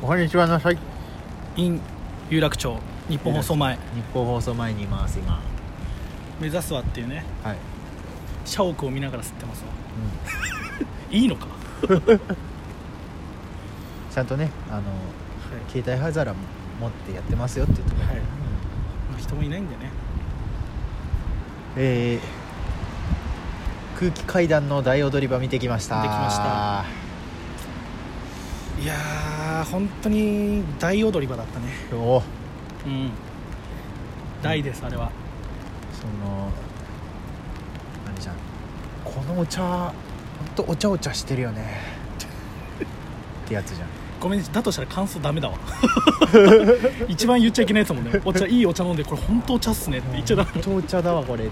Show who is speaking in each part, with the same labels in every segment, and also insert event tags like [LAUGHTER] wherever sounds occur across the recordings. Speaker 1: こんにちはなさい日
Speaker 2: in 有楽町日本放送前
Speaker 1: 本放送前にいます今
Speaker 2: 目指すわっていうね
Speaker 1: はい、
Speaker 2: 社屋を見ながら吸ってますわ [LAUGHS] いいのか、は
Speaker 1: ちゃんとねあの携帯灰皿も持ってやってますよっていうところ、
Speaker 2: はい
Speaker 1: うん
Speaker 2: まあ、人もいないんでね
Speaker 1: えー空気階段の大踊り場見てきました
Speaker 2: 見てきましたいやー本当に大踊り場だったね
Speaker 1: たお
Speaker 2: うん大ですあれは
Speaker 1: その何じゃんこのお茶ほんとお茶お茶してるよ [LAUGHS] ねってやつじゃん
Speaker 2: ごめんだとしたら感想ダメだわ [LAUGHS] 一番言っちゃいけないやつだもんねお茶いいお茶飲んでこれ本当お茶っすねって言っちゃダメ
Speaker 1: ほんとお茶だわこれ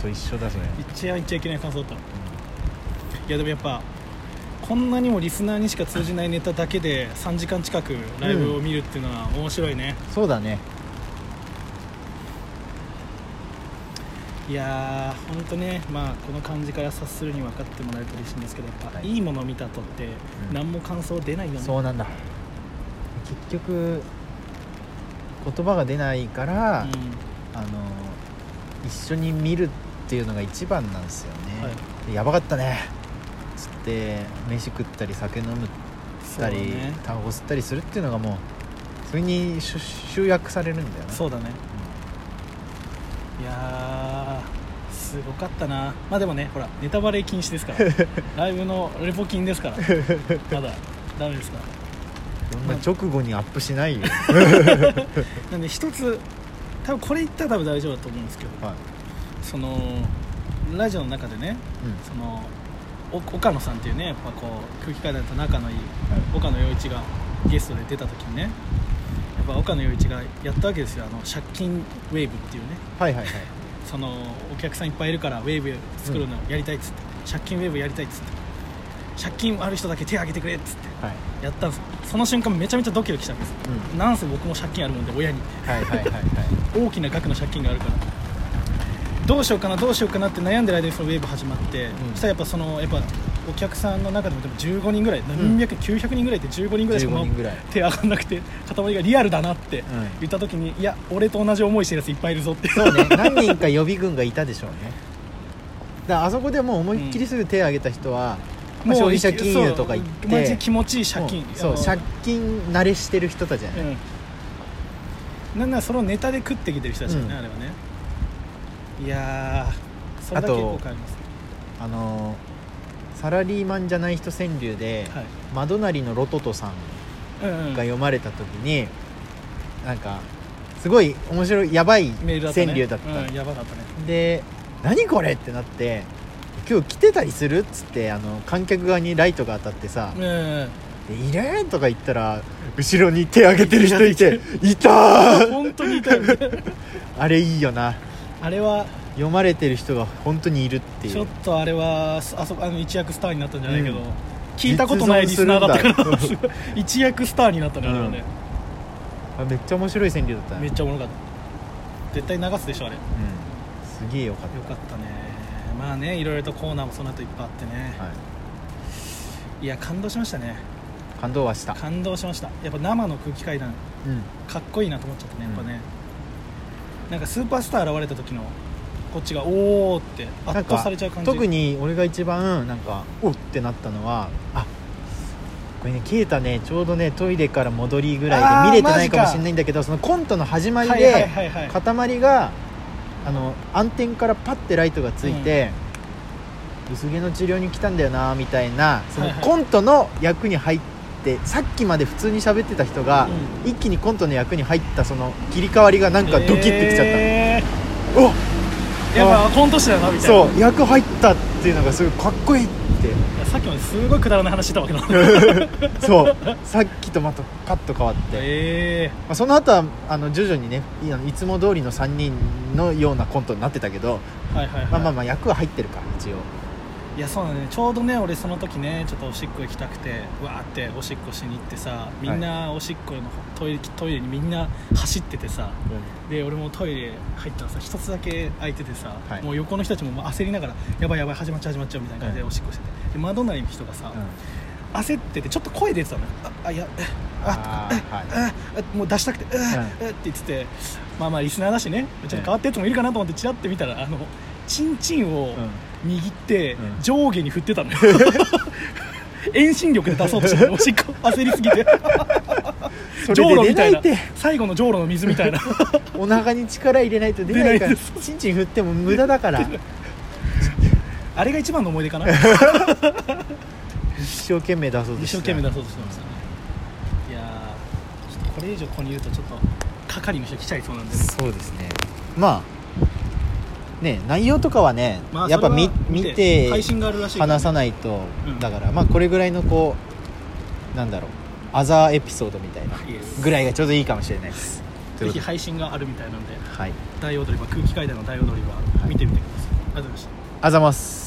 Speaker 1: と一緒だそれ
Speaker 2: 一番言っちゃいけない感想だったいやでもやっぱこんなにもリスナーにしか通じないネタだけで3時間近くライブを見るっていうのは面白いね、
Speaker 1: そうだね
Speaker 2: いやー本当ねまあこの感じから察するに分かってもらえると嬉しいんですけどやっぱ、
Speaker 1: はい
Speaker 2: い、いもの見たとって
Speaker 1: ん
Speaker 2: 何も感想出ないよね、
Speaker 1: そうなんだ結局言葉が出ないから、
Speaker 2: うん
Speaker 1: あの一緒に見るっていうのが一番なんですよね、
Speaker 2: は
Speaker 1: でやばかったねつって飯食ったり酒飲む
Speaker 2: そ
Speaker 1: し
Speaker 2: うだ
Speaker 1: たり、
Speaker 2: ね
Speaker 1: タバコ吸ったりするっていうのがもうそれに集集約されるんだよね
Speaker 2: そうだねいやーすごかったなまあでもねほらネタバレ禁止ですから
Speaker 1: [LAUGHS]
Speaker 2: ライブのレポ禁ですからまだダメですから
Speaker 1: こんな直後にアップしない
Speaker 2: [LAUGHS]
Speaker 1: よ、
Speaker 2: なんで一つ多分これ言ったら多分大丈夫だと思うんですけど
Speaker 1: はい
Speaker 2: そのラジオの中でね
Speaker 1: うん
Speaker 2: そのお岡野さんっていうねやっぱこう空気階段と仲のいい
Speaker 1: はい
Speaker 2: 岡野陽一がゲストで出た時にねやっぱ岡野陽一がやったわけですよあの借金ウェーブっていうね
Speaker 1: はいはいはい
Speaker 2: そのお客さんいっぱいいるからウェーブ作るのやりたいっつって、借金ウェーブやりたいっつって借金ある人だけ手挙げてくれっつって
Speaker 1: はい、
Speaker 2: やったんですその瞬間めちゃめちゃドキドキしたんです
Speaker 1: うん、
Speaker 2: なんせ僕も借金あるもんで親に
Speaker 1: はいはいはいはい
Speaker 2: 大きな額の借金があるからどうしようかなどうしようかなって悩んでる間にそのウェーブ始まって、
Speaker 1: ん
Speaker 2: そしたらやっぱそのやっぱお客さんの中でもでも15人ぐらい何百、900人ぐらいって15人ぐらいしか
Speaker 1: 15人ぐらい
Speaker 2: 手上がんなくて塊がリアルだなって言った時に、いや俺と同じ思いしてるやついっぱいいるぞって
Speaker 1: そうね何人か予備軍がいたでしょうねだからあそこでもう思いっきりすぐ手を挙げた人は、まあ消費者金融とか行っ
Speaker 2: そうマジ
Speaker 1: て
Speaker 2: で気持ちいい借金
Speaker 1: もうそ
Speaker 2: あ
Speaker 1: う
Speaker 2: の
Speaker 1: 借金慣れしてる人たちじゃない、
Speaker 2: うん、なんならそのネタで食ってきてる人たちだよね、
Speaker 1: うん
Speaker 2: あれはねいやーそれだけ
Speaker 1: あと
Speaker 2: 結構変わりますね
Speaker 1: あのサラリーマンじゃない人川柳で、
Speaker 2: はい
Speaker 1: マドナリのロトトさん
Speaker 2: うんうん
Speaker 1: が読まれた時に、なんかすごい面白いやばい
Speaker 2: メール
Speaker 1: 川
Speaker 2: だったね
Speaker 1: 柳だった、
Speaker 2: うん、やばかったね
Speaker 1: で「何これ!」ってなって「今日来てたりする?」っつってあの観客側にライトが当たってさ
Speaker 2: うんうん
Speaker 1: 「でいる?」とか言ったら後ろに手挙げてる人いて「いた
Speaker 2: うん
Speaker 1: ー!
Speaker 2: 本当にいたよね」
Speaker 1: あれいいよな
Speaker 2: あれは
Speaker 1: 読まれてる人が本当にいるっていう
Speaker 2: ちょっとあれはそあそあの一躍スターになったんじゃないけど、
Speaker 1: うん
Speaker 2: 聞いたことないリスナーだったか
Speaker 1: 実存するん
Speaker 2: ら [LAUGHS] 一躍スターになったねあれはね、
Speaker 1: あめっちゃ面白い川柳だったね
Speaker 2: めっちゃおもろかった絶対流すでしょあれよ
Speaker 1: うん、すげえよかった
Speaker 2: かったねまあねいろいろとコーナーもその後いっぱいあってね、
Speaker 1: はい、
Speaker 2: い、や感動しましたね
Speaker 1: 感動はした、
Speaker 2: 感動しましたやっぱ生の空気階段
Speaker 1: うん、
Speaker 2: かっこいいなと思っちゃったねやっぱね、なんかスーパースター現れた時のこっちがおおって圧倒されちゃう感じ
Speaker 1: 特に俺が一番なんかおってなったのはあこれね啓太ねちょうどねトイレから戻りぐらいで見れてないかもしれないんだけどそのコントの始まりで、
Speaker 2: はいはいはいはい
Speaker 1: 塊があの暗転からパッてライトがついて、薄毛の治療に来たんだよなみたいなその
Speaker 2: はいはい
Speaker 1: コントの役に入ってさっきまで普通に喋ってた人が、一気にコントの役に入ったその切り替わりがなんかドキッてきちゃった、
Speaker 2: え
Speaker 1: お
Speaker 2: ーやっぱコント師だなみたいな
Speaker 1: そう役入ったっていうのがすごいかっこいいっ
Speaker 2: [LAUGHS] いやさっきまですごいくだらない話してたわ
Speaker 1: [LAUGHS]
Speaker 2: けなので
Speaker 1: てそうさっきとまたパッと変わって、
Speaker 2: え
Speaker 1: まあ、その後はあの徐々にねいあのいつも通りの3人のようなコントになってたけど、
Speaker 2: ー、はいはいはい、
Speaker 1: まあまあまあ役は入ってるか一応
Speaker 2: いやそうだねちょうどね俺その時ねちょっとおしっこ行きたくてうわーっておしっこしに行ってさみんなおしっこのトイレトイレにみんな走っててさで俺もトイレ入ったらさ一つだけ空いててさ、
Speaker 1: はい
Speaker 2: もう横の人たちももう焦りながらやばいやばい始まっちゃう始まっちゃうみたいな感じで
Speaker 1: は
Speaker 2: おしっこしてて、で窓内の人がさ、
Speaker 1: うん
Speaker 2: 焦っててちょっと声出てたのよああいやえ
Speaker 1: ああはい
Speaker 2: ああもう出したくて「うっ
Speaker 1: う
Speaker 2: うっ」って言っててまあまあリスナーだしねちょっと変わったやつもいるかなと思ってチラッて見たらあのチンチンを握って
Speaker 1: うん
Speaker 2: 上下に振ってたのよ [LAUGHS] 遠心力で出そう
Speaker 1: [LAUGHS]
Speaker 2: としてたおしっこ焦りすぎて
Speaker 1: [LAUGHS] そ
Speaker 2: じょう
Speaker 1: れ
Speaker 2: ろ
Speaker 1: で出
Speaker 2: みた
Speaker 1: ないい
Speaker 2: な
Speaker 1: って
Speaker 2: 最後のじょうろの水
Speaker 1: [LAUGHS]
Speaker 2: みたいな
Speaker 1: お腹に力入れないと出ない [LAUGHS] から
Speaker 2: 出ないで
Speaker 1: チンチン振っても無駄だから
Speaker 2: あれが一番の思い出かな
Speaker 1: 一生懸命出そうと
Speaker 2: 一
Speaker 1: して
Speaker 2: 生懸命出そうとしてましたねいやーちょっとこれ以上ここに言うとちょっと係の人来ちゃいそうなんでね
Speaker 1: そうですねまあね内容とかはね、
Speaker 2: まあ
Speaker 1: やっぱ
Speaker 2: それ
Speaker 1: 見
Speaker 2: は
Speaker 1: 見て
Speaker 2: 配信があるらしいから
Speaker 1: 話さないと、
Speaker 2: うん
Speaker 1: だからまあこれぐらいのこうなんだろうアザーエピソードみたいな
Speaker 2: イエス
Speaker 1: ぐらいがちょうどいいかもしれないですというこ
Speaker 2: ぜひ
Speaker 1: とで
Speaker 2: 配信があるみたいなんで
Speaker 1: はい
Speaker 2: 大踊り場空気階段の大踊り場見てみてくださいありがとうございました
Speaker 1: あざます